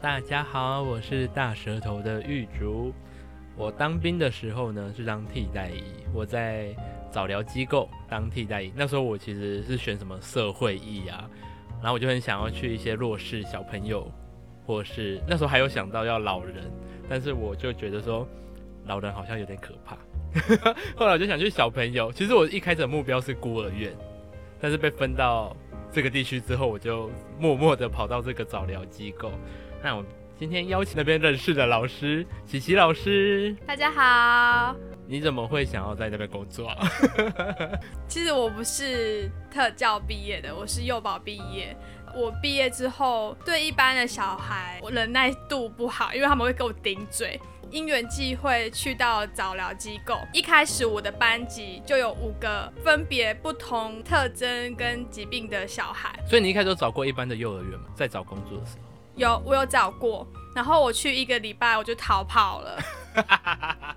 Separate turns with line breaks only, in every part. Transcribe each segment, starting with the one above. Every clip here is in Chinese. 大家好，我是大舌头的玉竹。我当兵的时候呢，是当替代役，我在早疗机构当替代役。那时候我其实是选什么社会役啊，然后我就很想要去一些弱势小朋友，或是那时候还有想到要老人，但是我就觉得说老人好像有点可怕。 后来我就想去小朋友，其实我一开始的目标是孤儿院，但是被分到这个地区之后，我就默默的跑到这个早疗机构。那我今天邀请那边认识的老师琪琪老师，
大家好，
你怎么会想要在那边工作、 啊？
其实我不是特教毕业的，我是幼保毕业。我毕业之后，对一般的小孩，我忍耐度不好，因为他们会给我顶嘴。因缘际会去到早疗机构，一开始我的班级就有五个分别不同特征跟疾病的小孩，
所以你一开始有找过一般的幼儿园吗？在找工作的时候，
有我有找过，然后我去一个礼拜我就逃 跑了，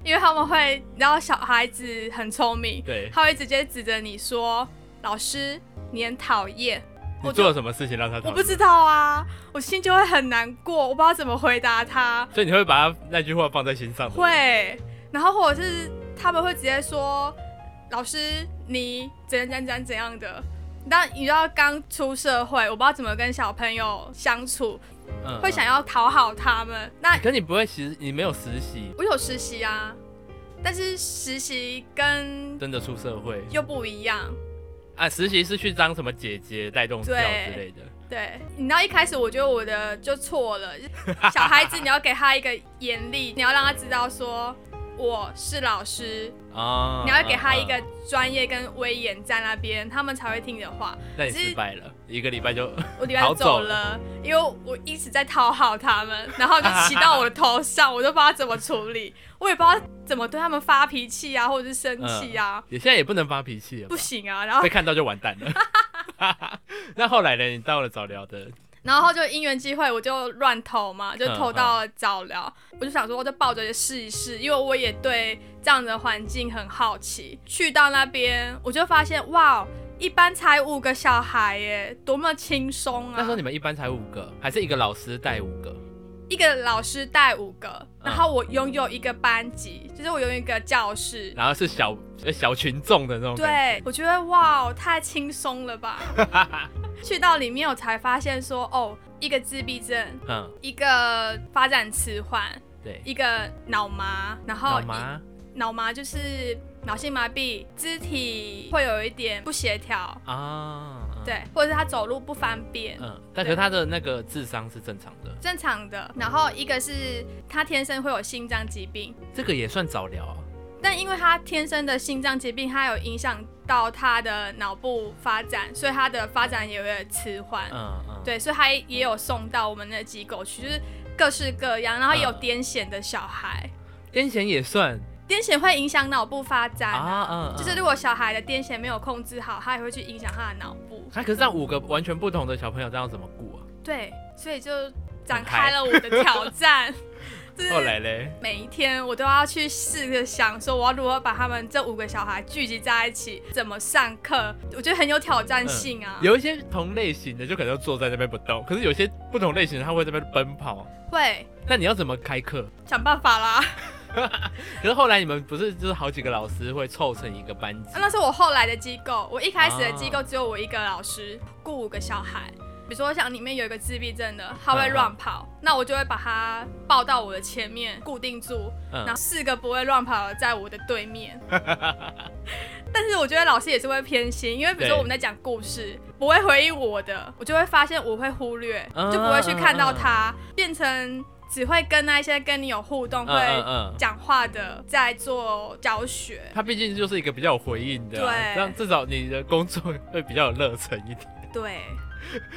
因为他们会，然后小孩子很聪明，
对
他会直接指着你说：“老师，你很讨厌。”
你做了什么事情让他？
我不知道啊，我心就会很难过，我不知道怎么回答他。
所以你会把他那句话放在心上。
会，然后或者是他们会直接说：“老师，你怎样怎样怎样怎样的。”但你知道刚出社会，我不知道怎么跟小朋友相处，
嗯
会想。要啊讨好他们。那
嗯可你不会实，你没有实习，
我有实习啊，但是实习跟
真的出社会
又不一样。
啊？实习是去当什么姐姐、带动教
对
之类的。
对，你知道一开始我觉得我的就错 了，小孩子你要给他一个严厉，你要让他知道说我是老师，
啊
你要给他一，
啊
个专业跟威严在那边，他们才会听你的话。
啊那你失败了，一个礼拜就
我礼拜
逃
就
走
走了，因为我一直在讨好他们，然后就骑到我的头上，我都不知道怎么处理，我也不知道怎么对他们发脾气啊，或者是生气啊，
你现在也不能发脾气了吧，
不行啊。然后
被看到就完蛋了。 那后来呢？你到了早疗的，
然后就因缘机会，我就乱投嘛，就投
嗯
到了早疗。我就想说，我就抱着试一试，因为我也对这样的环境很好奇。去到那边，我就发现，哇，一般才五个小孩耶，多么轻松啊！
那时候你们一般才五个，还是一个老师带五个？
一个老师带五个，
嗯
然后我拥有一个班级，就是我拥有一个教室。
然后是小呃小群众的那种感
对，我觉得哇，太轻松了吧！ 去到里面，我才发现说，哦，一个自闭症，
觉，嗯，
一个发展迟缓，
对，
一个脑麻，然后
脑麻，
一脑麻就是脑性麻痹，肢体会有一点不协调，
啊，嗯，
对，或者是他走路不方便，
嗯，但可是他的那个智商是正常的，
正常的。然后一个是他天生会有心脏疾病，
这个也算早疗啊。
但因为他天生的心脏疾病，他有影响到他的脑部发展，所以他的发展也有点迟缓。
嗯嗯，，
对，所以他也有送到我们那机构去，就是各式各样，然后也有
嗯
癫痫的小孩，
癫痫也算
癫痫会影响脑部发展
啊，嗯，
就是如
嗯
果小孩的癫痫没有控制好，他也会去影响他的脑部。
啊他可是让五个完全不同的小朋友，这样怎么顾啊？
对，所以就展开了我的挑 战。就是
后来嘞，
每一天我都要去试着想，说我要如何把他们这五个小孩聚集在一起，怎么上课，我觉得很有挑战性啊。
嗯有一些同类型的就可能坐在那边不动，可是有些不同类型的他会在那边奔跑，
会
那你要怎么开课？
想办法 啦。
可是后来你们不是就是好几个老师会凑成一个班级？
啊
嗯
那是我后来的机构，我一开始的机
啊
构只有我一个老师雇五个小孩。比如说像里面有一个自闭症的，他会
嗯嗯
乱跑，那我就会把他抱到我的前面固定住，然
嗯
后四个不会乱跑的在我的对面。 但是我觉得老师也是会偏心，因为比如
对
说我们在讲故事，不会回应我的，我就会发现我会忽略，
嗯
就不会去看到他，变成只会跟那些跟你有互动、
嗯嗯
会
嗯，
讲话的在做教学。
他毕竟就是一个比较有回应的啊、
对
这样至少你的工作会比较有热忱一点，
对，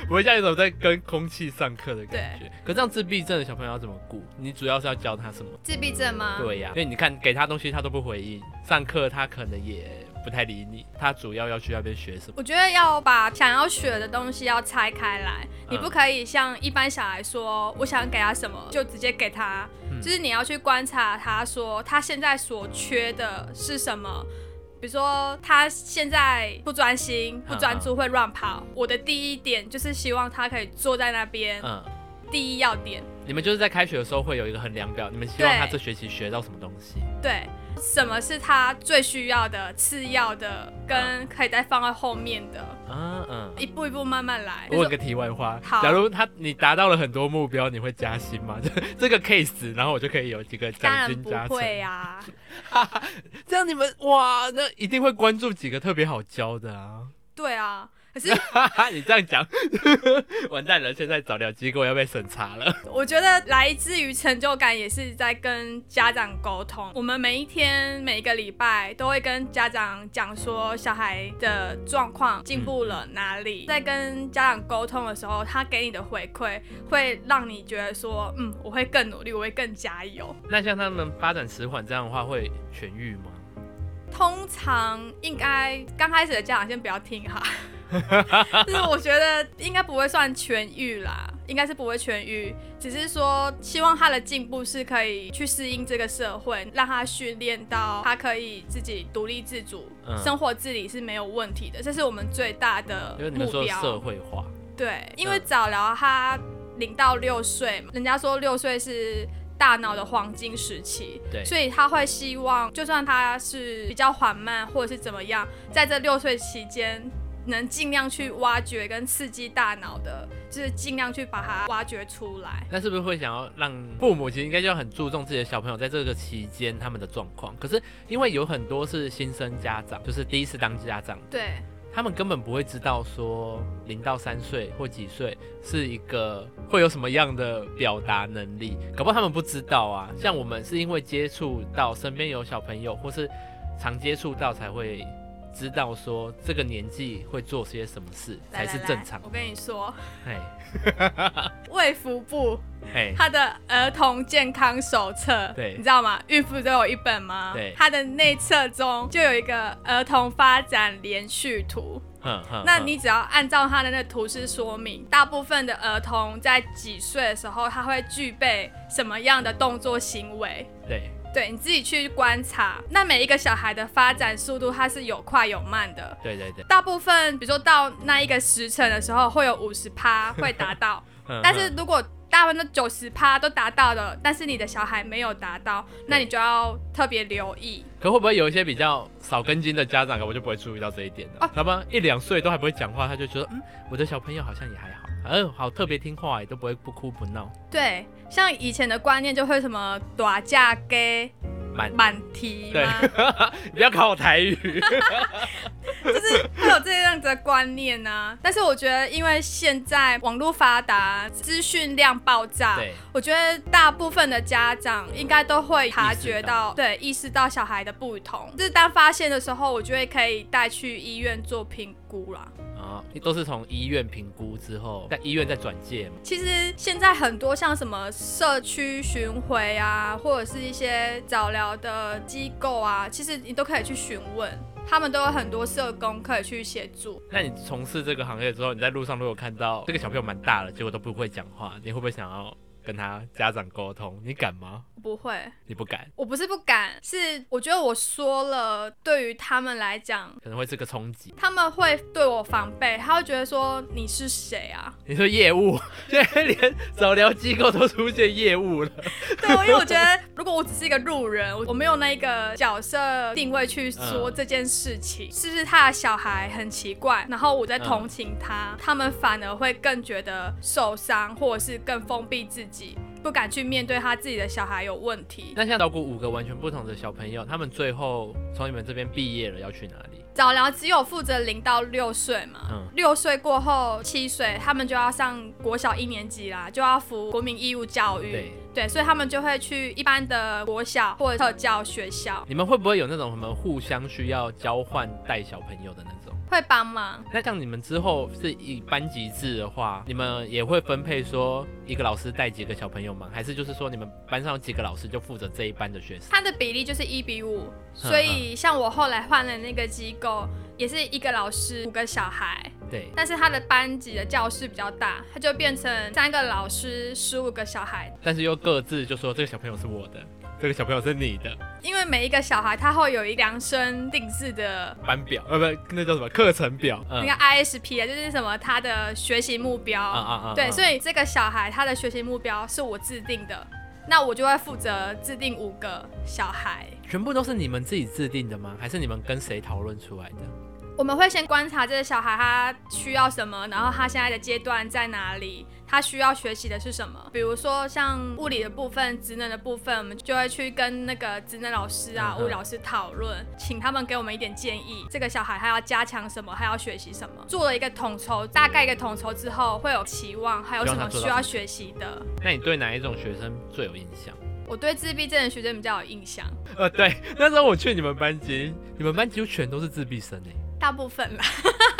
不会像一种在跟空气上课的感觉。可这样自闭症的小朋友要怎么顾？你主要是要教他什么？
自闭症吗？
对呀、因为你看给他东西他都不回应，上课他可能也不太理你，他主要要去那边学什么？
我觉得要把想要学的东西要拆开来，你
嗯
不可以像一般小孩说我想给他什么就直接给他，
嗯
就是你要去观察他说他现在所缺的是什么。比如说他现在不专心、不专注，会乱跑。我的第一点就是希望他可以坐在那边，
嗯，
第一要点。
你们就是在开学的时候会有一个衡量表，你们希望
对
他这学期学到什么东西？
对，什么是他最需要的、次要的，跟
嗯
可以再放在后面的，
啊，嗯。
一步一步慢慢来。
我有个题外话，
嗯好
假如他你达到了很多目标，你会加薪吗？ 这这个 case，然后我就可以有几个
当
奖
然
金
不
加成。
会啊，
这样你们哇，那一定会关注几个特别好教的啊！
对啊。可是
哈哈，你这样讲， 完蛋了，现在早疗机构要被审查了。
我觉得来自于成就感，也是在跟家长沟通。我们每一天、每一个礼拜都会跟家长讲说小孩的状况进步了哪里。在跟家长沟通的时候，他给你的回馈会让你觉得说，嗯，我会更努力，我会更加油。
那像他们发展迟缓这样的话，会痊愈吗？
通常应该刚开始的家长先不要听 哈，就是我觉得应该不会算痊愈啦，应该是不会痊愈，只是说希望他的进步是可以去适应这个社会，让他训练到他可以自己独立自主，
嗯
生活自理是没有问题的，这是我们最大的
因为你们
目
说的
标。
社会化，
对，因为
嗯
早疗它零到六岁嘛，人家说六岁是大脑的黄金时期，
对
所以他会希望，就算他是比较缓慢或者是怎么样，在这六岁期间。能尽量去挖掘跟刺激大脑的，就是尽量去把它挖掘出来。
那是不是会想要让父母其实应该就要很注重自己的小朋友在这个期间他们的状况？可是因为有很多是新生家长，就是第一次当家长，
对，
他们根本不会知道说零到三岁或几岁是一个会有什么样的表达能力，搞不好他们不知道啊。像我们是因为接触到身边有小朋友，或是常接触到才会知道说这个年纪会做些什么事
来
才是
来
正
来
常。
我跟你说，
嘿，
卫福部
嘿，
它的儿童健康手册，
对
你知道吗？孕妇都有一本吗？
对
它的内册中就有一个儿童发展连续图。
哼哼
那
哼
你只要按照它的那个图示说明，大部分的儿童在几岁的时候，他会具备什么样的动作行为？
对，
对，你自己去观察。那每一个小孩的发展速度，它是有快有慢的。
对对嗯对，
大部分，比如说到那一个时辰的时候，会有五十趴会达到，
嗯哼
但是
哼
如果大部分都九十趴都达到了，但是你的小孩没有达到，那你就要特别留意。
可会不会有一些比较少根筋的家长，我就不会注意到这一点呢
啊？
他们一两岁都还不会讲话，他就觉得嗯，我的小朋友好像也还好，嗯，好特别听话，也都不会不哭不闹。
对，像以前的观念就会什么短嫁给
满
满题
对
嘛，
你不要考我台语。
就是会有这样子的观念啊。但是我觉得，因为现在网络发达，资讯量爆炸，
对，
我觉得大部分的家长应该都会察觉到，对，意识到小孩的不同。就是当发现的时候，我觉得可以带去医院做评估啦。
啊，都是从医院评估之后，在医院再转介嘛。
其实现在很多像什么社区巡回啊，或者是一些早疗的机构啊，其实你都可以去询问，他们都有很多社工可以去协助。
那你从事这个行业之后，你在路上如果看到这个小朋友蛮大了，结果都不会讲话，你会不会想要跟他家长沟通？你敢吗？
不会，
你不敢，
我不是不敢，是我觉得我说了，对于他们来讲，
可能会是个冲击。
他们会对我防备，他会觉得说你是谁啊？
你说业务， 现在连早疗机构都出现业务了。
对，因为我觉得如果我只是一个路人，我我没有那个角色定位去说
嗯
这件事情，是不是他的小孩很奇怪，然后我在同情
嗯
他，他们反而会更觉得受伤，或者是更封闭自己，不敢去面对他自己的小孩有问题。
那像照顾五个完全不同的小朋友，他们最后从你们这边毕业了，要去哪里？
早疗只有负责零到六岁嘛
嗯，
六、岁过后七岁，他们就要上国小一年级啦，就要服国民义务教育。
对，
对，所以他们就会去一般的国小或者特教学校，
你们会不会有那种什么互相需要交换带小朋友的那种？
会帮忙。
那像你们之后是以班级制的话，你们也会分配说一个老师带几个小朋友吗？还是就是说你们班上有几个老师就负责这一班的学生？
它的比例就是一比五，
嗯
所以像我后来换了那个机构，也是一个老师五个小孩，
对，
但是他的班级的教室比较大，它就变成三个老师十五个小孩。
但是又各自就说这个小朋友是我的，这个小朋友是你的
因为每一个小孩他会有一量身定制的
班表，呃，不，那叫什么课程表？嗯
那个 ISP 啊，就是什么他的学习目标，
啊啊啊！
对，所
以
以这个小孩他的学习目标是我制定的，那我就会负责制定五个小孩。
全部都是你们自己制定的吗？还是你们跟谁讨论出来的？
我们会先观察这个小孩他需要什么，然后他现在的阶段在哪里，他需要学习的是什么。比如说像物理的部分、职能的部分，我们就会去跟那个职能老师啊、
嗯嗯
物理老师讨论，请他们给我们一点建议，这个小孩他要加强什么，他要学习什么。做了一个统筹，大概一个统筹之后，会有期望，还有什
希
么
望他做到
需
什
要
么
学习的。
那你对哪一种学生最有印象？
我对自闭症的学生比较有印象，
呃，对，那时候我去你们班级，你们班几乎全都是自闭生哎、
大部分啦。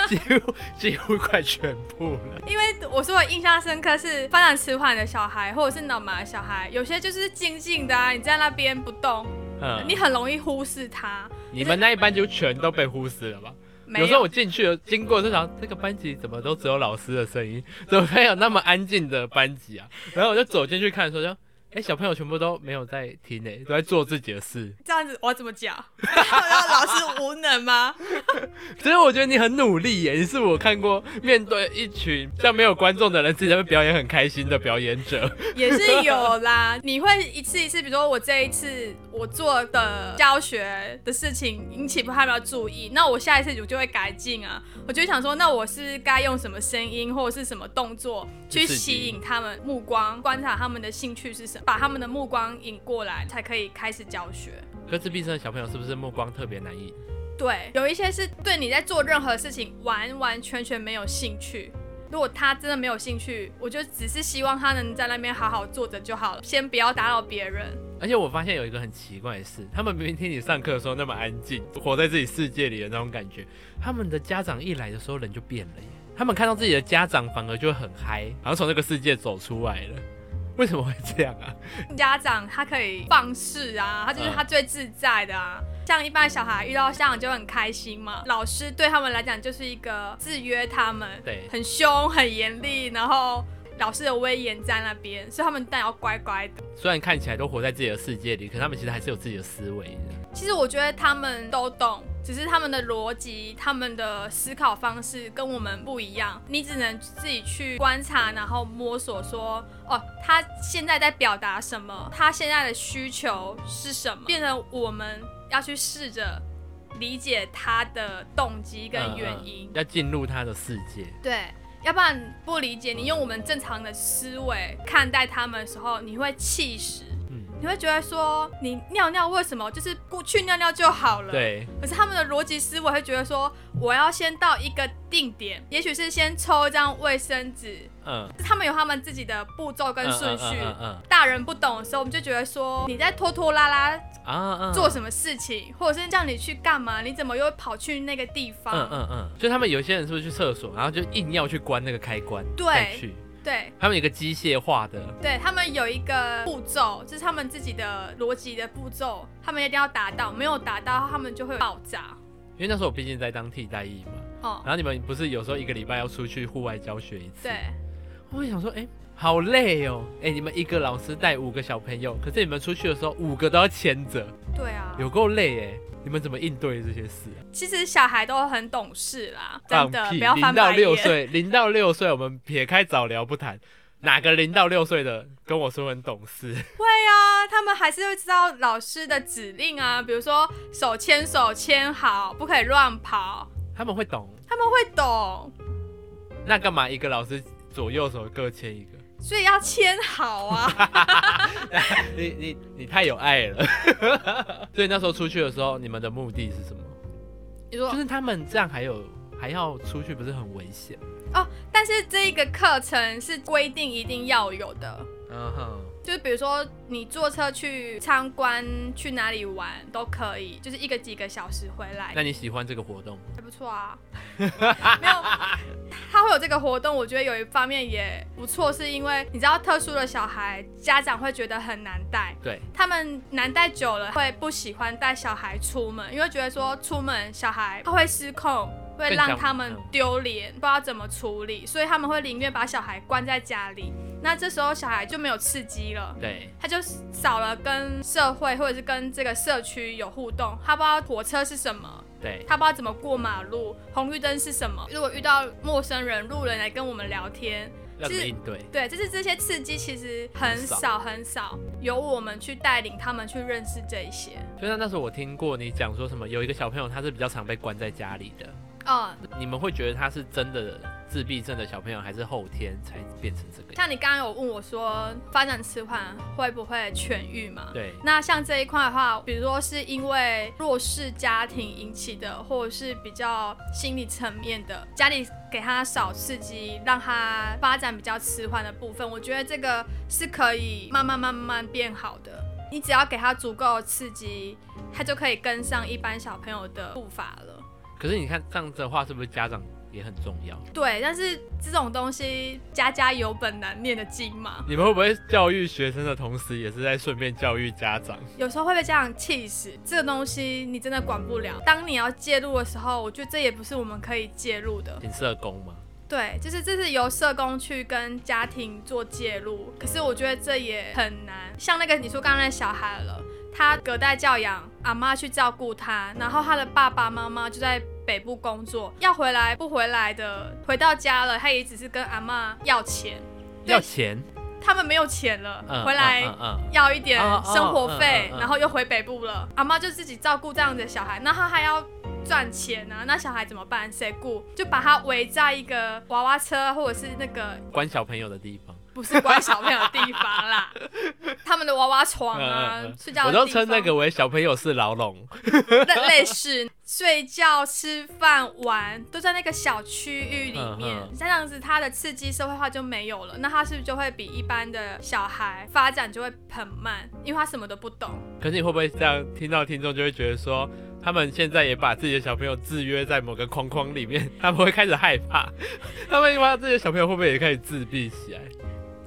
几乎几乎快全部了。
因为我说我印象深刻是发展迟缓的小孩，或者是脑麻的小孩，有些就是静静的啊，你在那边不动，
嗯
你，很容易忽视他。
你们那一班就全都被忽视了吧？
没
有时候我进去经过就想，这个班级怎么都只有老师的声音，怎么没有那么安静的班级啊？然后我就走进去看的时候就，哎，小朋友全部都没有在听诶、都在做自己的事。
这样子我要怎么讲？ 然后老师无能吗？
所以我觉得你很努力欸耶、你是我看过面对一群像没有观众的人自己在那边表演很开心的表演者。
也是有啦，你会一次一次，比如说我这一次我做的教学的事情引起他们要注意，那我下一次我就会改进啊。我就会想说，那我是不是该用什么声音或者是什么动作去吸引他们目光，观察他们的兴趣是什么，把他们的目光引过来，才可以开始教学。
可自闭症的小朋友是不是目光特别难以？
对，有一些是对你在做任何事情完完全全没有兴趣。如果他真的没有兴趣，我就只是希望他能在那边好好坐着就好了，先不要打扰别人。
而且我发现有一个很奇怪的事，他们明明听你上课的时候那么安静，活在自己世界里的那种感觉，他们的家长一来的时候人就变了耶。他们看到自己的家长反而就很嗨，好像从那个世界走出来了。为什么会这样啊？
家长他可以放肆啊，他就是
嗯
他最自在的啊。像一般小孩遇到家长就很开心嘛，老师对他们来讲就是一个制约他们，
对
很凶很严厉，然后老师的威严在那边，所以他们当然要乖乖的。
虽然看起来都活在自己的世界里，可他们其实还是有自己的思维的。
其实我觉得他们都懂，只是他们的逻辑、他们的思考方式跟我们不一样。你只能自己去观察，然后摸索说，哦，他现在在表达什么，他现在的需求是什么，变成我们要去试着理解他的动机跟原因
嗯嗯。要进入他的世界，
对，要不然不理解，你用我们正常的思维看待他们的时候，你会气死。
嗯
你会觉得说，你尿尿为什么就是不去尿尿就好了？
对，
可是他们的逻辑思维会觉得说，我要先到一个定点，也许是先抽一张卫生纸，
嗯，
他们有他们自己的步骤跟顺序。
嗯嗯
大人不懂的时候，我们就觉得说你在拖拖拉拉
嗯啊嗯，
做什么事情，或者是叫你去干嘛，你怎么又跑去那个地方？
嗯嗯嗯，所以他们有些人是不是去厕所，然后就硬要去关那个开关，
对
再去，
对
他们有一个机械化的，
对，他们有一个步骤，这、是他们自己的逻辑的步骤，他们一定要达到，没有达到他们就会爆炸。
因为那时候我毕竟在当替代役嘛，
哦、
然后你们不是有时候一个礼拜要出去户外教学一次，
对，
我会想说，哎、好累哦，哎、你们一个老师带五个小朋友，可是你们出去的时候五个都要牵着，
对啊。
有够累哎，你们怎么应对这些事啊？
其实小孩都很懂事啦，真
放
的
屁！
不要
零
翻白
到
眼。
六岁，零到六岁，我们撇开早聊不谈，哪个零到六岁的跟我说很懂事？
会啊，他们还是会知道老师的指令啊，比如说手牵手牵好，不可以乱跑，
他们会懂，
他们会懂，
那干嘛一个老师左右手各牵一个？
所以要牵好啊。
你你你太有爱了。 所以那时候出去的时候，你们的目的是什么？
你说
就，是他们这样还有还要出去，不是很危险？
但是这个课程是规定一定要有的，
嗯哼，
就是比如说你坐车去参观、去哪里玩都可以，就是一个几个小时回来。
那你喜欢这个活动？
还不错啊，没有，他会有这个活动，我觉得有一方面也不错，是因为你知道特殊的小孩家长会觉得很难带，
对，
他们难带久了会不喜欢带小孩出门，因为觉得说出门小孩他会失控，会
更
让
想
他们
嗯
丢脸，不知道怎么处理，所以他们会宁愿把小孩关在家里，那这时候小孩就没有刺激了。
对，
他就少了跟社会或者是跟这个社区有互动，他不知道火车是什么，
对，
他不知道怎么过马路，红绿灯是什么。如果遇到陌生人、路人来跟我们聊天，
要怎
其
么
实
应对？
对，就是这些刺激其实很
很少
少很少，由我们去带领他们去认识这一些。
就像那时候我听过你讲说什么，有一个小朋友他是比较常被关在家里的，
嗯，
你们会觉得他是真的自闭症的小朋友，还是后天才变成这个样？
像你刚刚有问我说发展迟缓会不会痊愈嘛？
对，
那像这一块的话，比如说是因为弱势家庭引起的，或者是比较心理层面的，家里给他少刺激，让他发展比较迟缓的部分，我觉得这个是可以慢慢慢慢变好的。你只要给他足够的刺激，他就可以跟上一般小朋友的步伐了。
可是你看这样子的话，是不是家长也很重要？
对，但是这种东西家家有本难念的经嘛，
你们会不会教育学生的同时，也是在顺便教育家长？
有时候会被家长气死，这个东西你真的管不了。当你要介入的时候，我觉得这也不是我们可以介入 的。
请社工嘛，
对，就是这是由社工去跟家庭做介入，可是我觉得这也很难。像那个你说刚刚那小孩了，他隔代教养，阿妈去照顾他，然后他的爸爸妈妈就在。北部工作要回来不回来的，回到家了，他也只是跟阿妈要钱，对
要钱，
他们没有钱了，
嗯，
回来
嗯嗯嗯
要一点生活
哦哦
费
嗯嗯，嗯
然后又回北部了。阿妈就自己照顾这样的小孩，那他还要赚钱啊，那小孩怎么办？谁顾？就把他围在一个娃娃车或者是那个
关嗯小朋友的地方，
不是关小朋友的地方 啦，他们的娃娃
哦
床啊，睡觉
嗯
的
我
地方
都称那个为小朋友是牢笼，
类类似睡觉、吃饭、玩都在那个小区域里面
嗯，嗯
这样子他的刺激社会化就没有了，那他是不是就会比一般的小孩发展就会很慢，因为他什么都不懂。
可是你会不会这样听到听众就会觉得说，他们现在也把自己的小朋友制约在某个框框里面， 他们会开始害怕，他们把自己的小朋友会不会也开始自闭起来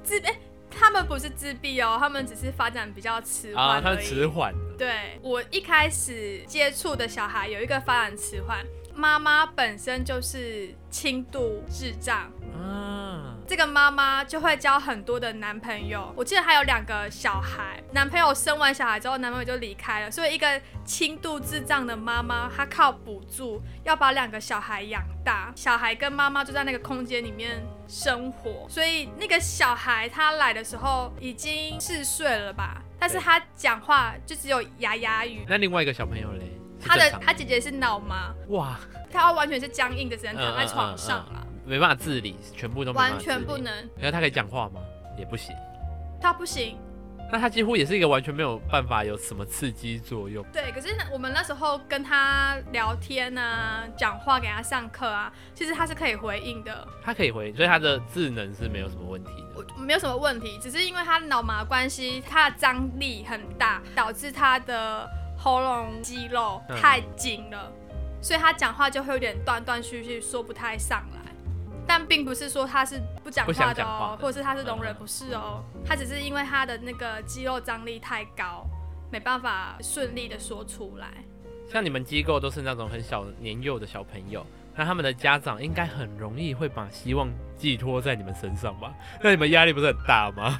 自哎、他们不是自闭哦，他们只是发展比较迟缓而
啊？
已。
他们迟缓了，
对我一开始接触的小孩有一个发展迟缓，妈妈本身就是轻度智障，
啊，
这个妈妈就会交很多的男朋友。我记得还有两个小孩，男朋友生完小孩之后，男朋友就离开了，所以一个轻度智障的妈妈，她靠补助要把两个小孩养大，小孩跟妈妈就在那个空间里面生活，所以那个小孩他来的时候已经四岁了吧，但是他讲话就只有牙牙语。
那另外一个小朋友嘞，是
他的
正常
他姐姐是脑麻，
哇，
她完全是僵硬的，只能躺在床上了，
没办法自理，全部都没办法
完全
自理
不。能。
可是他可以讲话吗？也不行。
她不行，
那他几乎也是一个完全没有办法有什么刺激作用。
对，可是呢我们那时候跟他聊天啊，讲话给他上课啊，其实他是可以回应的，
他可以回，所以他的智能是没有什么问题的。
我没有什么问题，只是因为他脑麻的关系，他的张力很大，导致他的喉咙肌肉
嗯
太紧了，所以他讲话就会有点断断续续，说不太上来。但并不是说他是不讲
不想
话的
讲
哦
话，的
或者是他是聋人，
嗯嗯
不是哦，他只是因为他的那个肌肉张力太高，没办法顺利的说出来。
像你们机构都是那种很小的年幼的小朋友，那他们的家长应该很容易会把希望寄托在你们身上吧？那你们压力不是很大吗？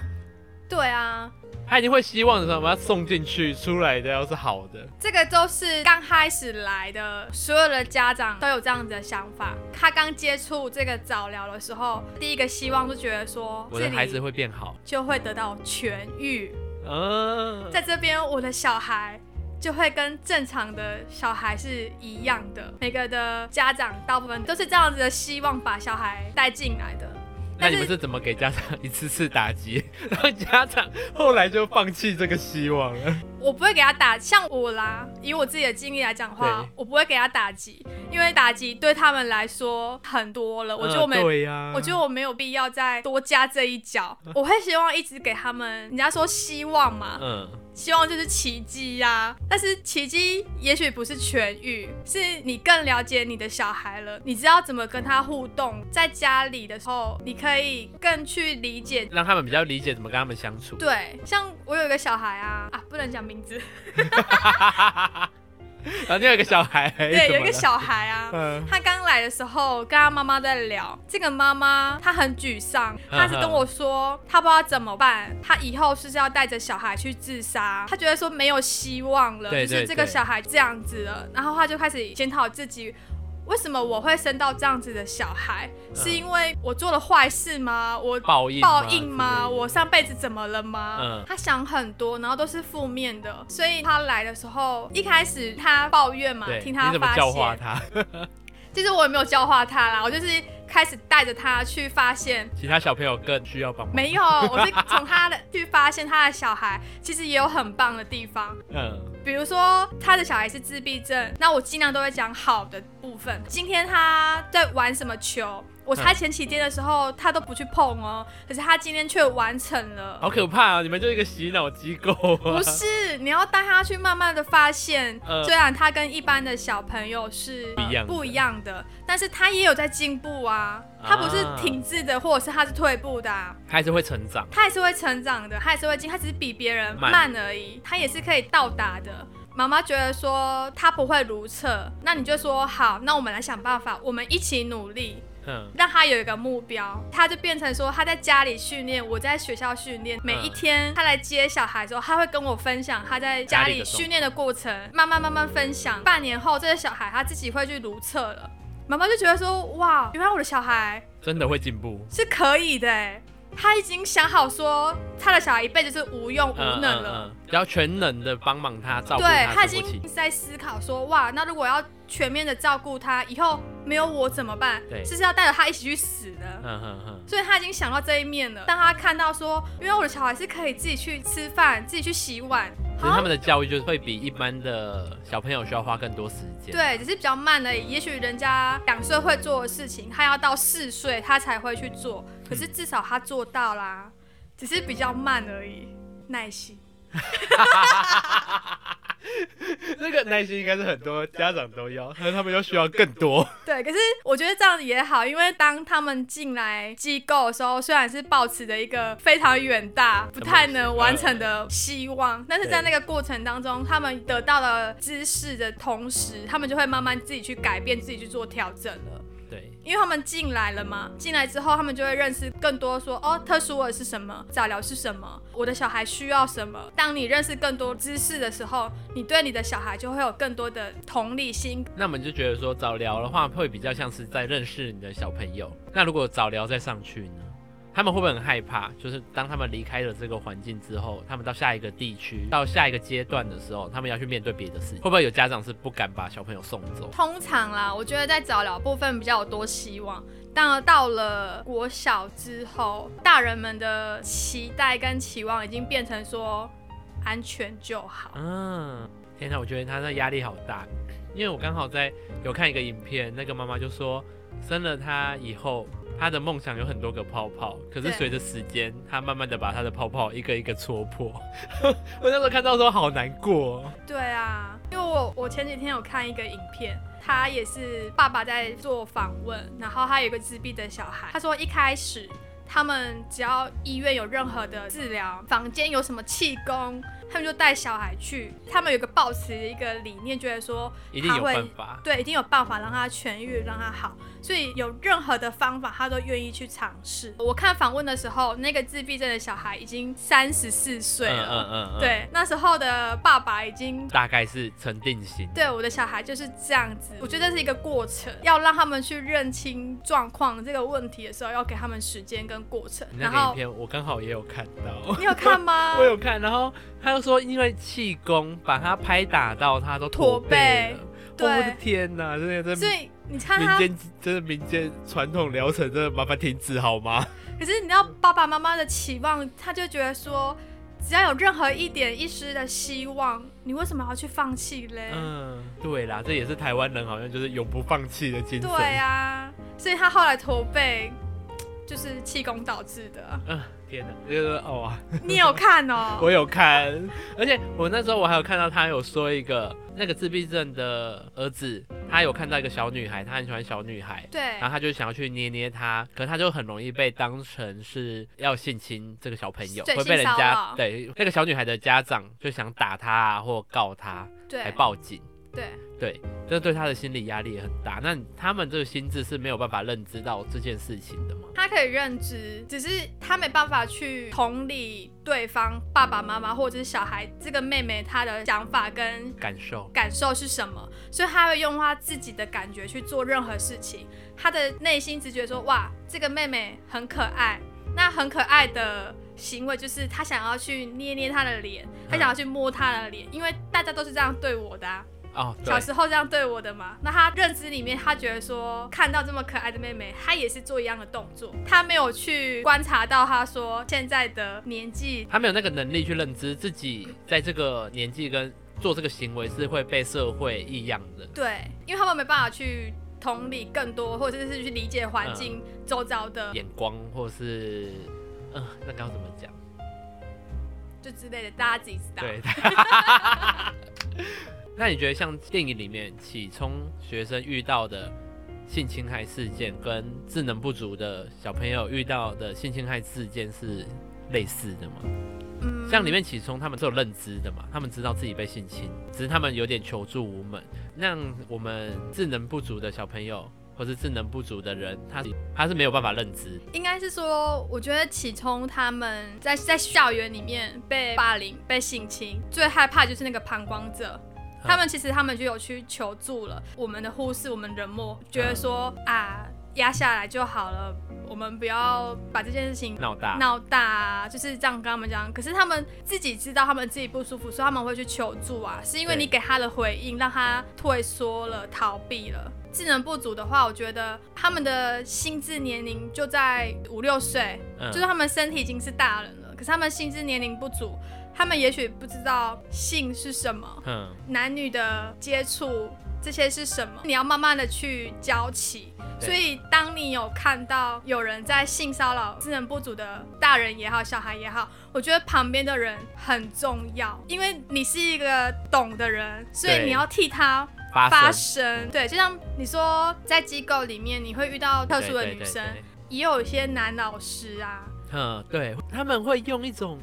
对啊，
他一定会希望什么送进去，出来的要是好的，
这个都是刚开始来的，所有的家长都有这样子的想法。他刚接触这个早疗的时候，第一个希望就觉得说，
我
这
的孩子
里
会变好。
就会得到痊愈，
嗯、
在这边我的小孩。就会跟正常的小孩是一样的，每个的家长大部分都是这样子的希望把小孩带进来的。
那你们是怎么给家长一次次打击，让家长后来就放弃这个希望了？
我不会给他打，像我啦，以我自己的经历来讲话
对，
我不会给他打击，因为打击对他们来说很多了。我觉得我们
嗯对呀、
我觉得我没有必要再多加这 一脚，我会希望一直给他们，人家说希望嘛，
嗯。
希望就是奇迹呀、但是奇迹也许不是痊愈，是你更了解你的小孩了，你知道怎么跟他互动，在家里的时候，你可以更去理解。
让他们比较理解怎么跟他们相处。
对，像我有一个小孩啊啊，不能讲名字，
然后就有一个小孩，
对，有
哎怎
一
么
个
了，
小孩啊，
嗯，
他刚来的时候，跟他妈妈在聊，这个妈妈她很沮丧，
嗯
她是跟我说，她不知道怎么办，她以后是不是要带着小孩去自杀？她觉得说没有希望了，
对
就是
对
这个
对
小孩这样子了，然后她就开始检讨自己。为什么我会生到这样子的小孩？是因为我做了坏事吗？我
哦报应
报应吗？
吗？
我上辈子怎么了吗？
嗯
他想很多，然后都是负面的，所以他来的时候，一开始他抱怨嘛
对，，
听他
你怎么
发
教化
泄，
他？
其实我也没有教化他啦，我就是开始带着他去发现，
其他小朋友更需要帮忙。
没有，我是从他的去发现他的小孩其实也有很棒的地方，
嗯，
比如说他的小孩是自闭症，那我尽量都会讲好的部分。今天他在玩什么球？我猜前几天的时候他都不去碰哦，可是他今天却完成了。
好可怕啊！你们就是一个洗脑机构啊
不。是，你要带他去慢慢的发现，
呃
虽然他跟一般的小朋友是
不一样的
不一样的，但是他也有在进步啊，他不是
啊
停滞的，或者是他是退步的、啊，
他还是会成长。
他也是会成长的，他也是会进，他只是比别人
慢
慢而已，他也是可以到达的。妈妈觉得说他不会如厕，那你就说好，那我们来想办法，我们一起努力，
嗯，
让他有一个目标，他就变成说他在家里训练，我在学校训练。每一天他来接小孩之后，他会跟我分享他在家里训练的过程，慢慢慢慢分享。半年后，这个小孩他自己会去如厕了，妈妈就觉得说哇，原来我的小孩
真的会进步。
是可以的欸他已经想好说他的小孩一辈子是无用无
嗯
能了。
嗯嗯，要全能的帮忙他照顾
对
他
已
生活起
经在思考说，哇，那如果要全面的照顾他，以后没有我怎么办？
对
是不是要带着他一起去死呢？
嗯嗯嗯，
所以他已经想到这一面了。当他看到说，因为我的小孩是可以自己去吃饭、自己去洗碗，
其实
好
他
像
们的教育就是会比一般的小朋友需要花更多时间。，
对，只是比较慢而已。也许人家两岁会做的事情，他要到四岁他才会去做，可是至少他做到啦，只是比较慢而已，耐心。
这个耐心应该是很多家长都要，但是他们又需要更多。
对，可是我觉得这样子也好，因为当他们进来机构的时候，虽然是抱持着一个非常远大、不太能完成的希望，但是在那个过程当中，他们得到了知识的同时，他们就会慢慢自己去改变、自己去做调整了。
对，
因为他们进来了嘛，进来之后他们就会认识更多说，哦，特殊儿是什么，早疗是什么，我的小孩需要什么。当你认识更多知识的时候，你对你的小孩就会有更多的同理心
那我们就觉得说早聊的话，会比较像是在认识你的小朋友。那如果早聊再上去呢？他们会不会很害怕？就是当他们离开了这个环境之后，他们到下一个地区、到下一个阶段的时候，他们要去面对别的事情，会不会有家长是不敢把小朋友送走？
通常啦，我觉得在早疗部分比较有多希望。当然到了国小之后，大人们的期待跟期望已经变成说安全就好。
嗯，天哪，我觉得他的压力好大，因为我刚好在有看一个影片，那个妈妈就说，生了他以后，他的梦想有很多个泡泡，可是
对
随着时间，他慢慢的把他的泡泡一个一个戳破。 我那时候看到的时候好难过哦、
对啊，因为我我前几天有看一个影片，他也是爸爸在做访问，然后他有一个自闭的小孩，他说一开始。他们只要医院有任何的治疗，房间有什么气功，他们就带小孩去。他们有一个抱持一个理念，觉得说
一定有办法。
对，一定有办法让他痊愈，让他好。所以有任何的方法，他都愿意去尝试。我看访问的时候，那个自闭症的小孩已经三十四岁
嗯
了，
嗯嗯嗯，，
啊对，那时候的爸爸已经。
大概是成定型。
对我的小孩就是这样子，我觉得这是一个过程，要让他们去认清状况这个问题的时候，要给他们时间跟过程。
那
然
个影
后啊
片我刚好也有看到，
你有看吗
我？有看，然后他就说因为气功把他拍打到他都驼
驼
背
背
了，哦
对
我的天哪，真的真的
所以你看
民
他，
间真的民间传统疗程真的麻烦停止好吗？
可是你知道爸爸妈妈的期望，他就觉得说，只要有任何一点一丝的希望，你为什么要去放弃嘞？
嗯，对啦，这也是台湾人好像就是永不放弃的精神。
对啊，所以他后来驼背就是气功导致的。
嗯，天哪，就是哦啊，
你有看哦？
我有看，而且我那时候我还有看到他有说一个那个自闭症的儿子，他有看到一个小女孩，他很喜欢小女孩。
对
然后他就想要去捏捏她，可他就很容易被当成是要性侵这个小朋友，
对
会被人
性骚
家
扰
对那个小女孩的家长就想打她啊，或告她，来
对
报警。
对，
对，这对他的心理压力也很大。那他们这个心智是没有办法认知到这件事情的吗？
他可以认知，只是他没办法去同理对方爸爸妈妈或者是小孩这个妹妹她的想法跟
感受，
感受是什么，所以他会用他自己的感觉去做任何事情。他的内心直觉说：“哇，这个妹妹很可爱。”那很可爱的行为就是他想要去捏捏她的脸，他想要去摸她的脸，因为大家都是这样对我的、啊，
哦，对
小，时候这样对我的嘛。那他认知里面，他觉得说看到这么可爱的妹妹，她也是做一样的动作，他没有去观察到，他说现在的年纪
他没有那个能力去认知自己在这个年纪跟做这个行为是会被社会异样的。
对，因为他们没办法去同理更多，或者是去理解环境
嗯
周遭的，
眼光，或是，嗯、那该要怎么讲？
就之类的，大家自己知道。
对。 那你觉得像电影里面启聪学生遇到的性侵害事件，跟智能不足的小朋友遇到的性侵害事件是类似的吗？
嗯
像里面启聪他们是有认知的嘛，他们知道自己被性侵，只是他们有点求助无门。让我们智能不足的小朋友，或是智能不足的人，他他是没有办法认知，
应该是说，我觉得启聪他们在在校园里面被霸凌、被性侵，最害怕就是那个旁观者。
嗯
他们其实他们就有去求助了，我们的忽视，我们冷漠，觉得说
嗯
啊压下来就好了，我们不要把这件事情
闹大，
闹大、啊，就是这样跟他们讲。可是他们自己知道他们自己不舒服，所以他们会去求助啊，是因为
对
你给他的回应让他退缩了、逃避了。智能不足的话，我觉得他们的心智年龄就在五六岁，
嗯
就是他们身体已经是大人了，可是他们心智年龄不足，他们也许不知道性是什么，
嗯，
男女的接触这些是什么，你要慢慢的去教起。
对
所以，当你有看到有人在性骚扰智能不足的大人也好，小孩也好，我觉得旁边的人很重要，因为你是一个懂的人，所以
对
你要替他
发
发
生
声。对，就像你说，在机构里面你会遇到特殊的
对
女生，
对对对
也有一些男老师啊，
嗯，对，他们会用一种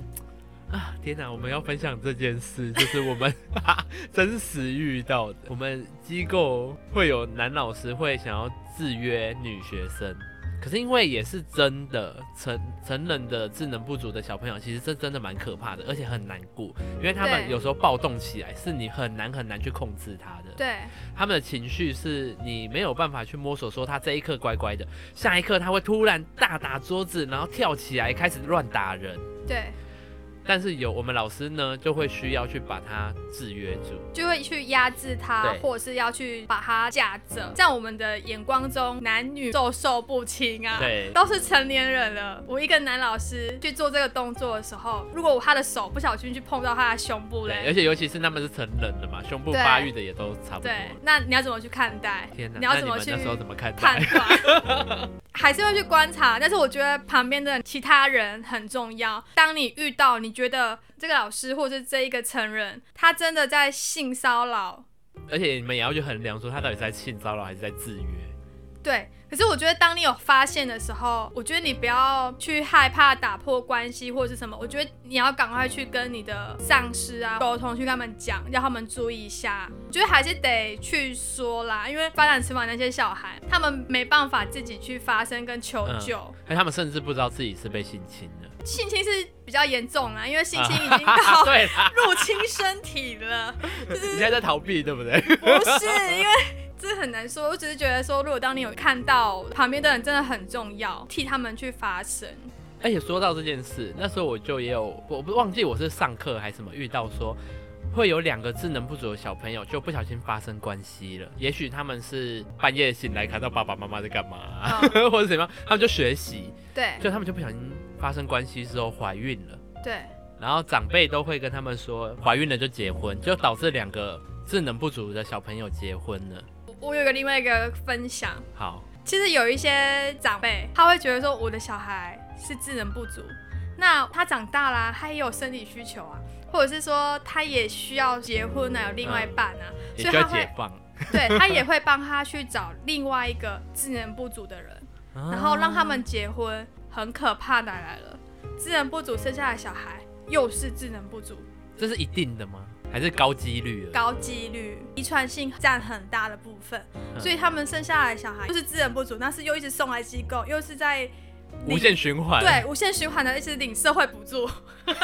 啊，天哪，我们要分享这件事，就是我们啊真实遇到的。我们机构会有男老师会想要制约女学生，可是因为也是真的，成成人的智能不足的小朋友，其实这真的蛮可怕的，而且很难过，因为他们
对
有时候暴动起来，是你很难很难去控制他的。
对
他们的情绪是你没有办法去摸索，说他这一刻乖乖的，下一刻他会突然大打桌子，然后跳起来开始乱打人。
对，
但是有我们老师呢，就会需要去把他制约住。
就会去压制他
对，
或者是要去把他架着。在我们的眼光中，男女授受不亲啊，
对
都是成年人了。我一个男老师去做这个动作的时候，如果我他的手不小心去碰到他的胸部
对，而
嘞，
且尤其是他们是成人了嘛，胸部
对
发育的也都差不多。
对，那你要怎么去看待？
天哪，
你要
那
怎
你
么
们
去
那时候怎么看
判
待？
断，还是会去观察。但是我觉得旁边的其他人很重要。当你遇到你觉得这个老师或者是这一个成人，他真的在性骚扰
而且你们也要去衡量说他到底是在性骚扰还是在制约。
对，可是我觉得当你有发现的时候，我觉得你不要去害怕打破关系或者是什么，我觉得你要赶快去跟你的上司啊沟通，去跟他们讲，让他们注意一下。我觉得还是得去说啦，因为发展迟缓那些小孩，他们没办法自己去发声跟求救。
而他们甚至不知道自己是被性侵的。
性侵是比较严重啦，因为性侵已经
啊
到
对啦，
入侵身体了。
你现在在逃避对不对？
不是，因为这很难说。我只是觉得说，如果当你有看到旁边的人，真的很重要，替他们去发声。
而且说到这件事，那时候我就也有，我不忘记我是上课还是什么遇到说，会有两个智能不足的小朋友就不小心发生关系了。也许他们是半夜醒来看到爸爸妈妈在干嘛、或者怎么样，他们就学习，
嗯对
就他们就不小心发生关系之后怀孕了，
对
然后长辈都会跟他们说怀孕了就结婚，就导致两个智能不足的小朋友结婚了。
我我有一个另外一个分享，
好，
其实有一些长辈他会觉得说，我的小孩是智能不足，那他长大啦，他也有生理需求啊，或者是说他也需要结婚啊，有另外一半啊，
嗯也
所
就
以他
要
会
解放，
对他也会帮他去找另外一个智能不足的人。
啊
然后让他们结婚，很可怕的来了。智能不足生下的小孩又是智能不足，
这是一定的吗？还是高几率了。
高几率，遗传性占很大的部分，
嗯
所以他们生下来的小孩就是资源不足，但是又一直送来机构，又是在
无限循环。
对无限循环的一直领社会 补助，对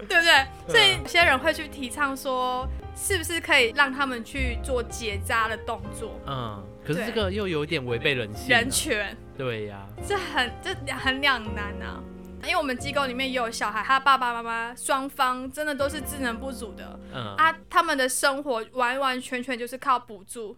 不对？
嗯
所以有些人会去提倡说，是不是可以让他们去做结扎的动作？
嗯，可是
对
这个又有点违背人性啊、
人权
对呀、
这很这很两难啊。因为我们机构里面也有小孩，他爸爸妈妈双方真的都是智能不足的
嗯
啊，他们的生活完完全全就是靠补助。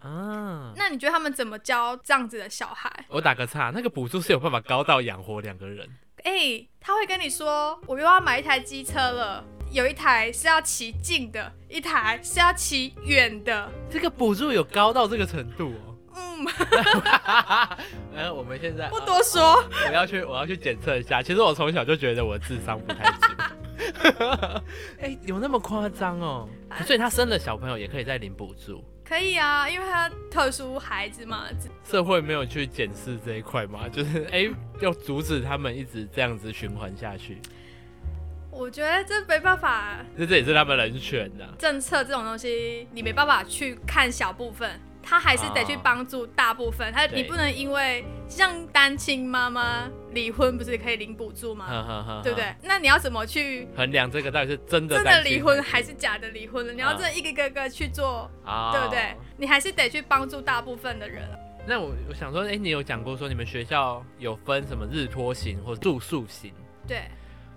啊。
那你觉得他们怎么教这样子的小孩？
我打个岔，那个补助是有办法高到养活两个人，
哎、他会跟你说，我又要买一台机车了，有一台是要骑近的，一台是要骑远的。
这个补助有高到这个程度哦。
嗯，
呃，我们现在
不
啊
多说。
我要去，我要去检测一下。其实我从小就觉得我智商不太 足。哎、有那么夸张哦？
啊
所以他生了小朋友也可以再领补助，
可以啊，因为他特殊孩子嘛，
社会没有去检视这一块嘛？就是哎、要阻止他们一直这样子循环下去，
我觉得这没办法，
这这也是他们人选呐、
政策这种东西你没办法去看小部分，他还是得去
啊
帮助大部分。他
对
你不能因为像单亲妈妈离婚不是可以领补助吗？
哈啊哈哈，
对不对？那你要怎么去
衡量这个到底是真的
真的
担心
离婚还是假的离婚了？你要
啊
真的一个一个一个去做，
啊
对不对？你还是得去帮助大部分的人。啊
那我我想说，哎、你有讲过说你们学校有分什么日托型或住宿型？
对，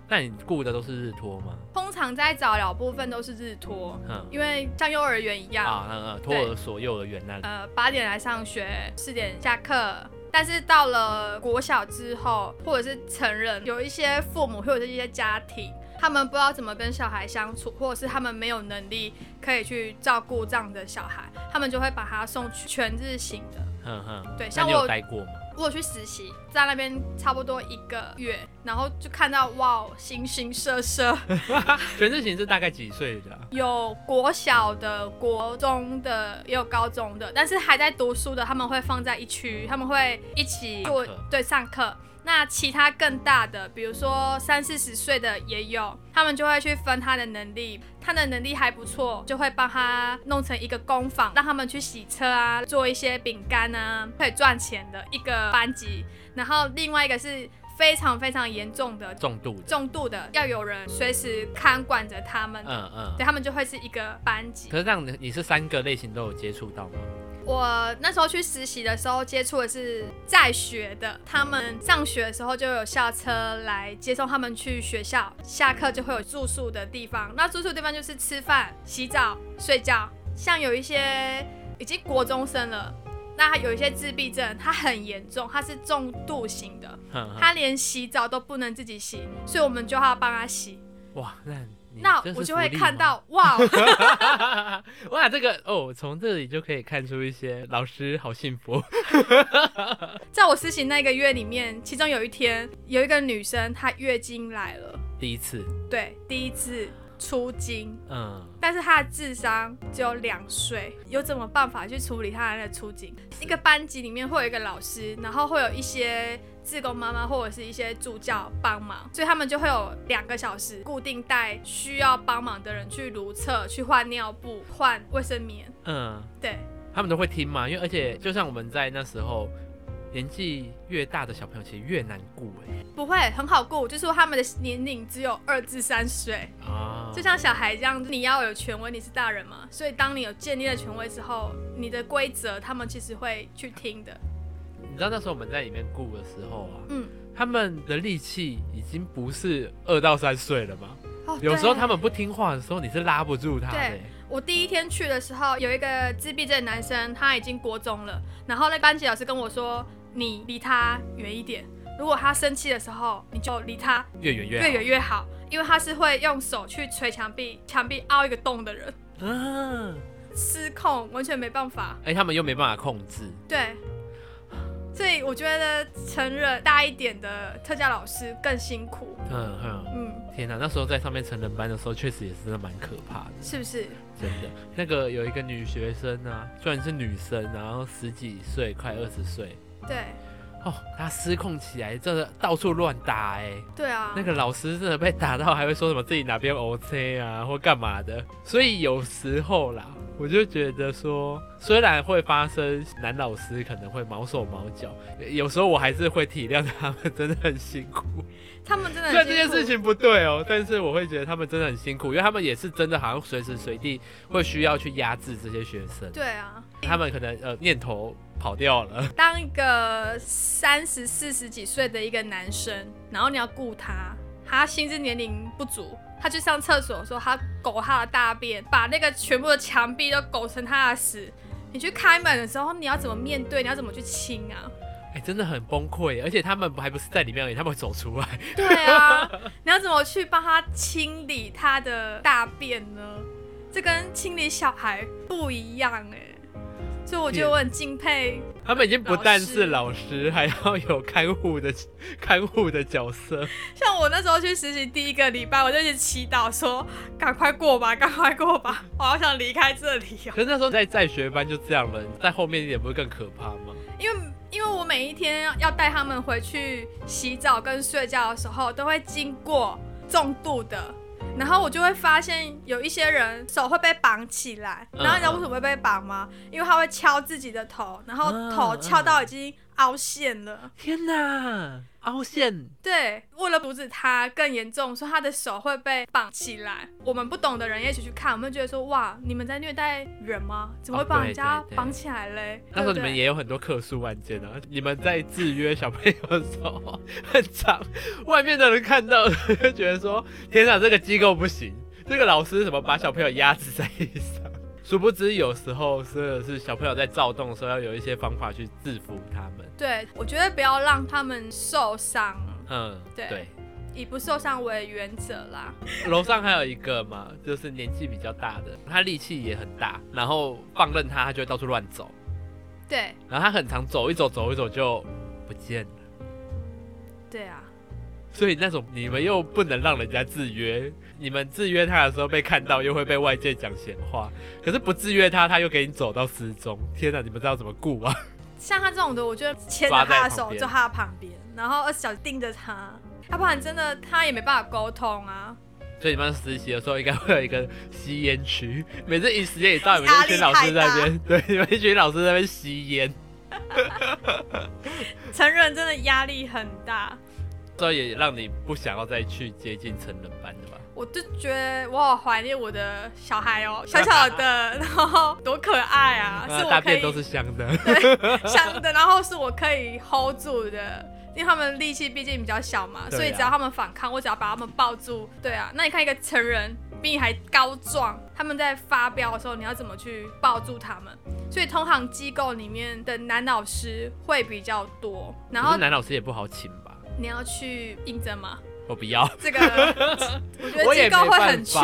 那你雇的都是日托吗？
通常在早疗部分都是日托，
嗯，
因为像幼儿园一样，
啊，嗯嗯，托儿所、幼儿园那里。
呃，八点来上学，四点下课。但是到了国小之后，或者是成人，有一些父母或者是一些家庭，他们不知道怎么跟小孩相处，或者是他们没有能力可以去照顾这样的小孩，他们就会把他送去全日型的。
哼哼，
对
那
像
你
我
有待过吗？
我有去实习，在那边差不多一个月，然后就看到哇，形形色色，
全日型是大概几岁的啊、
有国小的、国中的，也有高中的，但是还在读书的，他们会放在一区，他们会一起做
上课
对上课。那其他更大的，比如说三四十岁的也有，他们就会去分他的能力，他的能力还不错，就会帮他弄成一个工坊，让他们去洗车啊，做一些饼干啊，可以赚钱的一个班级。然后另外一个是非常非常严重的
重度的。
重度的，要有人随时看管着他们
嗯嗯。
对他们就会是一个班级
可。是这样，你你是三个类型都有接触到吗？
我那时候去实习的时候接触的是在学的，他们上学的时候就有校车来接送他们去学校，下课就会有住宿的地方。那住宿的地方就是吃饭、洗澡、睡觉。像有一些已经国中生了，那他有一些自闭症，他很严重，他是重度型的，
哼哼。
他连洗澡都不能自己洗，所以我们就要帮他洗。
哇，那你
那
这是
我就
福
会
利
看
吗。
到，哇，
哇，这个哦，从这里就可以看出一些老师好幸福。
在我实习那个月里面，其中有一天有一个女生她月经来了，
第一次，
对，第一次出经，
嗯，
但是她的智商只有两岁，有怎么办法去处理她的出经？一个班级里面会有一个老师，然后会有一些。志工妈妈或者是一些助教帮忙，所以他们就会有两个小时固定带需要帮忙的人去如厕、去换尿布、换卫生棉。
嗯。
对，
他们都会听嘛，因为而且就像我们在那时候，年纪越大的小朋友其实越难顾哎、
不会很好过，就是说他们的年龄只有二至三岁。
啊，
就像小孩这样，你要有权威，你是大人嘛，所以当你有建立了权威之后，你的规则他们其实会去听的。
你知道那时候我们在里面顾的时候啊，
嗯，
他们的力气已经不是二到三岁了嘛，
哦
有时候
对
他们不听话的时候，你是拉不住他的、欸
对我第一天去的时候，有一个自闭症男生，他已经国中了，然后那班级老师跟我说，你离他远一点，如果他生气的时候，你就离他
越远越好
越远越好，因为他是会用手去捶墙壁，墙壁凹一个洞的人，
啊，
失控，完全没办法。
哎、他们又没办法控制，
对，所以我觉得成人大一点的特教老师更辛苦。
嗯哼。
嗯，
天哪，那时候在上面成人班的时候，确实也是真的蛮可怕的，
是不是？
真的。那个有一个啊女学生啊，虽然是女生，然后十几岁，快二十岁，
对，
哦，他失控起来，真的到处乱打哎、
对啊，
那个老师真的被打到，还会说什么自己哪边 OK 啊，或干嘛的。所以有时候啦，我就觉得说，虽然会发生男老师可能会毛手毛脚，有时候我还是会体谅他们，真的很辛苦。
他们真的
虽然
很
这件事情不对哦，但是我会觉得他们真的很辛苦，因为他们也是真的好像随时随地会需要去压制这些学生，
对啊，
他们可能呃念头跑掉了。
当一个三十四十几岁的一个男生，然后你要顾他，他心智年龄不足，他去上厕所的时候，他狗他的大便，把那个全部的墙壁都狗成他的屎。你去开门的时候，你要怎么面对？你要怎么去亲啊？
哎、真的很崩溃，而且他们还不是在里面而已，他们会走出来。
对啊， 你要怎么去帮他清理他的大便呢？这跟清理小孩不一样哎、所以我觉得我很敬佩
他们已经不
老
但
师
是老师，还要有看护的看护的角色。
像我那时候去实习第一个礼拜，我就一直祈祷说：“赶快过吧，赶快过吧，我好想离开这里哦。
可是那时候在在学班就这样了，在后面一点不是更可怕吗？”
因为因为我每一天要带他们回去洗澡跟睡觉的时候，都会经过重度的，然后我就会发现有一些人手会被绑起来，
嗯
然后你知道为什么会被绑吗？因为他会敲自己的头，然后
嗯
头
嗯
敲到已经凹陷了。
天哪，凹陷！
对，为了阻止他更严重，说他的手会被绑起来。我们不懂的人也许去看，我们会觉得说哇，你们在虐待人吗？怎么会
哦
把
对
人家
对对
绑起来嘞？
那时候
对不
你们
对
也有很多客诉案件啊，你们在制约小朋友的时候，很长， 外面的人看到就觉得说：天哪，这个机构不行，这个老师怎么把小朋友压制在地上？殊不知，有时候真的是小朋友在躁动的时候，要有一些方法去制服他们。
对，我觉得不要让他们受伤，
嗯，
对
对。
以不受伤为原则啦。
楼上还有一个嘛，就是年纪比较大的，他力气也很大，然后放任他，他就会到处乱走，
对，
然后他很常走一走，走一走就不见了。
对啊，
所以那种你们又不能让人家制约，你们制约他的时候被看到，又会被外界讲闲话，可是不制约他，他又给你走到失踪。天哪，你们知道怎么顾啊？
像他这种的，我觉得牵
抓
着
在
他的
旁
手
边
就他的旁边，然后二十小时盯着他，要不然真的他也没办法沟通啊。
所以你们实习的时候应该会有一个吸烟区，每次一时间一到，你们一群老师在那边， 对，你们一群老师在那边吸烟，
成人真的压力很大。
所以也让你不想要再去接近成人班的吧？
我就觉得我好怀念我的小孩哦，小小 的，然后多可爱啊，
啊
是
大
我可
便都
以
是香的。
想的，然后是我可以 hold 住的，因为他们力气毕竟比较小嘛，
对啊
所以只要他们反抗，我只要把他们抱住，对啊。那你看一个成人比你还高壮，他们在发飙的时候，你要怎么去抱住他们？所以通常机构里面的男老师会比较多， 然
可
后
是男老师也不好请吧？
你要去应征吗？
我不要。
这个我觉
我
得
也没
机
办
构会
法，
很缺。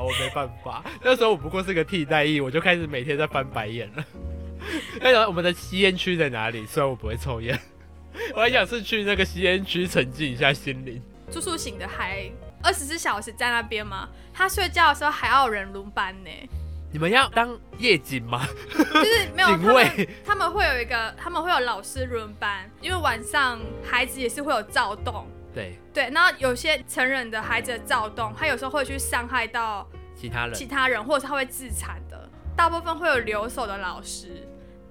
我没办法。那时候我不过是个替代役，我就开始每天在翻白眼了。 那时候我们的吸烟区在哪里？虽然我不会抽烟， 我还想是去那个吸烟区沉浸一下心灵。
住宿醒的还二十四小时在那边吗？他睡觉的时候还要有人轮班呢，
你们要当夜警吗？
就是没有他
警卫
们， 他们会有一个，他们会有老师轮班，因为晚上孩子也是会有躁动，
对，
对，那有些成人的孩子的躁动，他有时候会去伤害到
其他
其
人，
他人，或者是他会自残的，大部分会有留守的老师，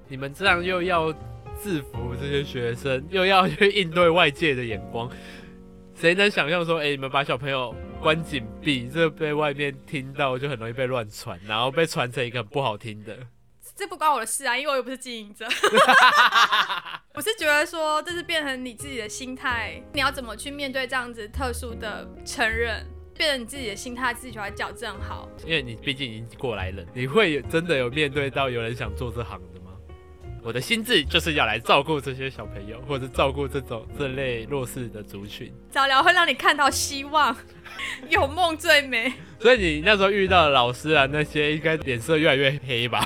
你们这样又要制服这些学生，又要去应对外界的眼光，谁能想象说，哎、你们把小朋友关紧闭，这被外面听到就很容易被乱传，然后被传成一个很不好听的。
这不关我的事啊，因为我又不是 经营者。我是觉得说，这是变成你自己的心态，你要怎么去面对这样子特殊的成人，变成你自己的心态，自己去把它矫正好。
因为你毕竟已经过来人，你会有真的有面对到有人想做这行的吗？我的心智就是要来照顾这些小朋友，或者照顾这种这类弱势的族群。
早疗会让你看到希望， 有梦最美。
所以你那时候遇到的老师啊，那些应该脸色越来越黑吧？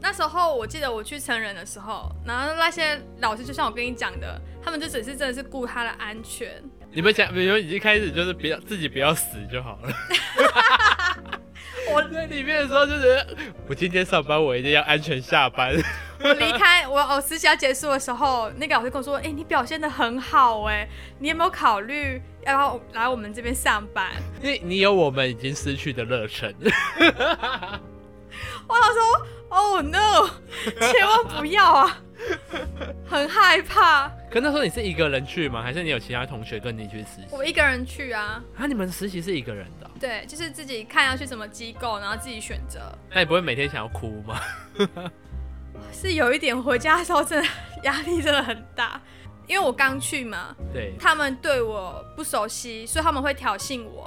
那时候我记得我去成人的时候，然后那些老师就像我跟你讲的，他们就只是真的是顾他的安全，
你们想，比如已经开始就是不要自己不要死就好了。我在里面的时候就觉得，我今天上班我一定要安全下班，
我离开我我实习要结束的时候，那个老师跟我说：“哎、你表现的很好哎、你有没有考虑要不要来我们这边上班
因为你有我们已经失去的热忱。？”
我老说：“Oh no，千 万不要啊，很害怕。
可那时候你是一个人去吗？还是你有其他同学跟你去实”习？
我一个人去啊，
啊，你们实习是一个人的哦、
对，啊就是自己看要去什么机构，然后自己选择。
那你不会每天想要哭吗？
是有一点回家的时候真的压力真的很大，因为我刚去嘛，
对
他们对我不熟悉，所以他们会挑衅我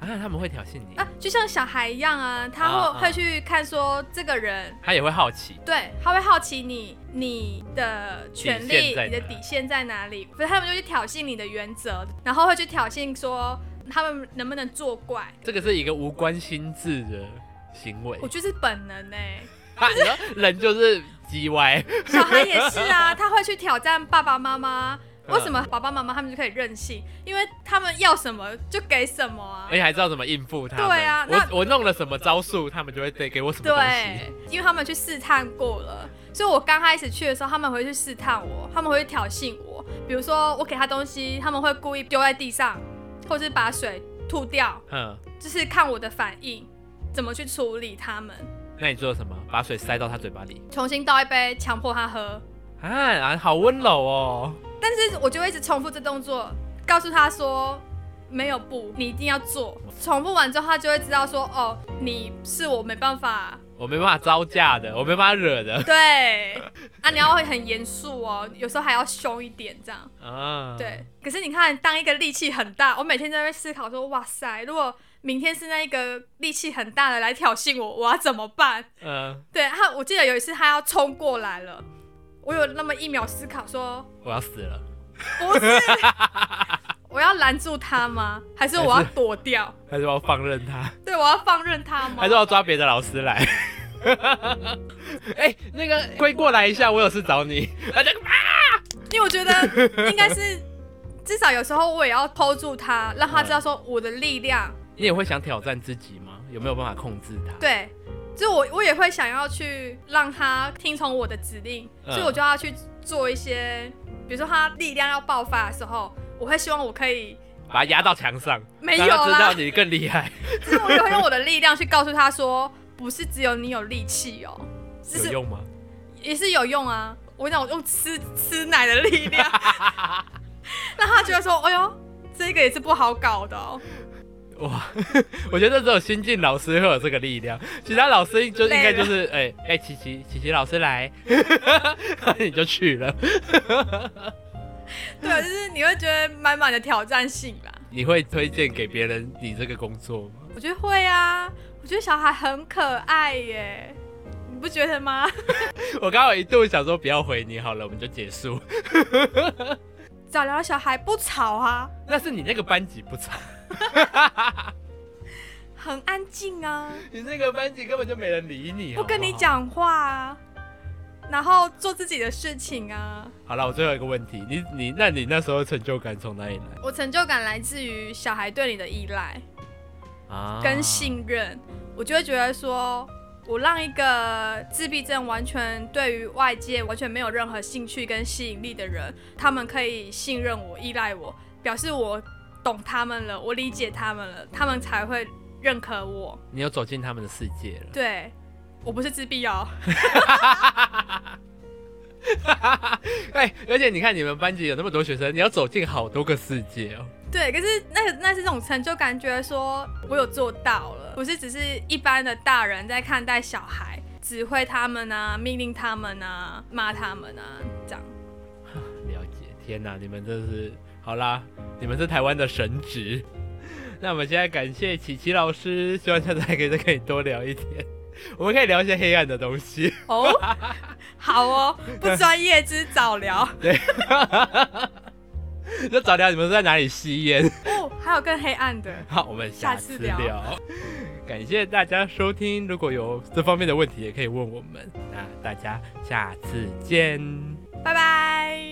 啊，他们会挑衅你，
啊，就像小孩一样啊，他会、
啊啊
会去看说这个人，
他也会好奇。
对，他会好奇你你的权
底线
利，
在
你的
哪
底线在哪里，所以他们就去挑衅你的原则，然后会去挑衅说他们能不能作怪，
这个是一个无关心智的行为
我，觉得是本能哎、
啊，你知道人就是叽歪，
小孩也是啊，他会去挑战爸爸妈妈。
嗯
为什么爸爸妈妈他们就可以任性？因为他们要什么就给什么啊
而。且还知道怎么应付他们。
对啊那
我我弄了什么招数，他们就会对给我什么东西。
对，因为他们去试探过了，所以我刚开始去的时候，他们会去试探我，他们会去挑衅我。比如说我给他东西，他们会故意丢在地上，或是把水吐掉，
嗯，
就是看我的反应，怎么去处理他们。
那你做了什么？把水塞到他嘴巴里
重新倒一杯，强迫他喝，
啊啊，好温柔哦。
但是我就会一直重复这动作，告诉他说没有不，你一定要做。重复完之后，他就会知道说哦，你是我没办法。
我没办法招架的，我没办法惹的
对，啊，你要会很严肃哦，有时候还要凶一点这样。
啊。
对，可是你看，当一个力气很大，我每天在那边思考说，哇塞，如果明天是那一个力气很大的来挑衅我，我要怎么办？
嗯，
对他，我记得有一次他要冲过来了，我有那么一秒思考说，
我要死了。
不是，我要拦住他吗？还是我要躲掉？
还是我要放任他，
对，我要放任他吗
还？是我要抓别的老师来？哎、那个归 过来一下，我有事找你。啊，这个
因为我觉得应该是，至少有时候我也要 hold 住他，让他知道说我的力量。
你也会想挑战自己吗？有没有办法控制它？，
对，就我我也会想要去让他听从我的指令，
嗯
所以我就要去做一些，比如说他力量要爆发的时候，我会希望我可以。
把它压到墙上，
没有
让他知道
啦，
你更厉害，
就是我就会用我的力量去告诉他说，不是只有你有力气哦，就
有
是
用吗？
也是有用啊。我讲我用吃吃奶的力量， 让他觉得说，哎呦，这个也是不好搞的哦。
哇，我觉得只有新进老师会有这个力量，其他老师就应该就是哎哎、琪琪琪琪老师来， 你就去了，
对，就是你会觉得满满的挑战性啦。
你会推荐给别人你这个工作吗？
我觉得会啊，我觉得小孩很可爱耶，你不觉得吗？
我刚好一度想说不要回你好了，我们就结束。
早聊的小孩不吵啊，
但是你那个班级不吵，
很安静啊，
你那个班级根本就没人理你。
不跟你
好好。
讲话啊，然后做自己的事情啊。
好了，我最后一个问题，你你那你那时候成就感从哪里来
我成就感来自于小孩对你的依赖
啊
跟。信任，我就会觉得说。我让一个自闭症完全对于外界完全没有任何兴趣跟吸引力的人，他们可以信任我、依赖我，表示我懂他们了，我理解他们了，他们才会认可我。
你有走进他们的世界了。
对，我不是自闭哦。
哎、而且你看你们班级有那么多学生，你要走进好多个世界哦。
对，可是那那是那种成就感，觉得说我有做到了，不是只是一般的大人在看待小孩，指挥他们啊，命令他们啊，骂他们啊，这样。
了解，天哪，你们这是好啦，你们是台湾的神职。 那我们现在感谢琪琪老师，希望下次还可以再跟你多聊一点，我们可以聊一些黑暗的东西。
哦，好哦，不专业之早聊
就找聊你们是在哪里吸烟。
哦，还有更黑暗的，
好，我们下次
下
聊。
次
感谢大家收听，如果有这方面的问题也可以问我们。那大家下次见。
拜拜。